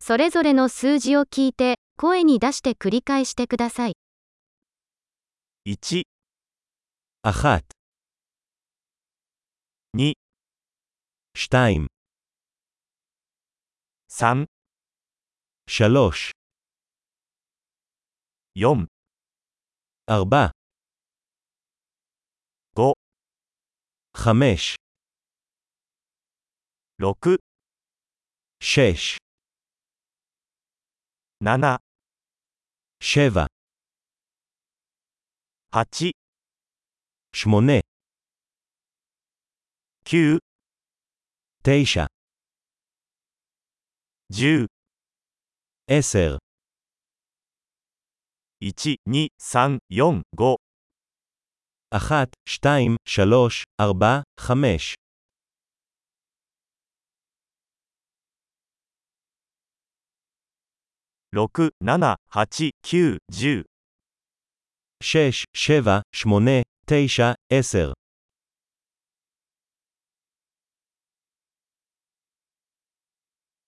それぞれの数字を聞いて、声に出して繰り返してください。 1 1 2 2 3 3 4 4 5 5 6 6 7 7 8 8 9 9 10 10 1 2 3 4 5 1 2 3 4 5 6 7 8 9 10 6 7 8 9 10 11 11 12 12 13 13 14 14 15 15 16 16 17 17 18 18 19 19 20 20 25 25 30 30 40 40 50 50 60 60 70 70 80 80 90 90 100 100 1000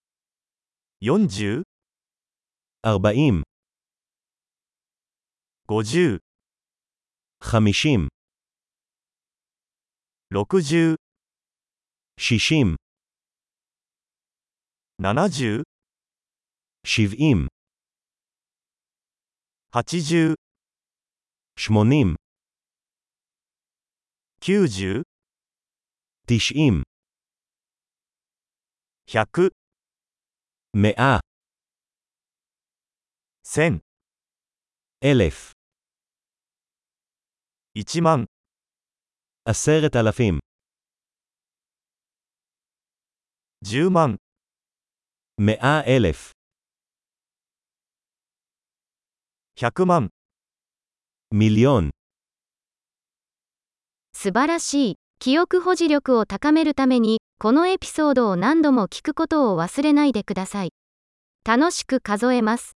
1000 1万10,000 10万100,000 100万 מיליון 素晴らしい。記憶保持力を高めるために、このエピソードを何度も聞くことを忘れないでください。楽しく数えます。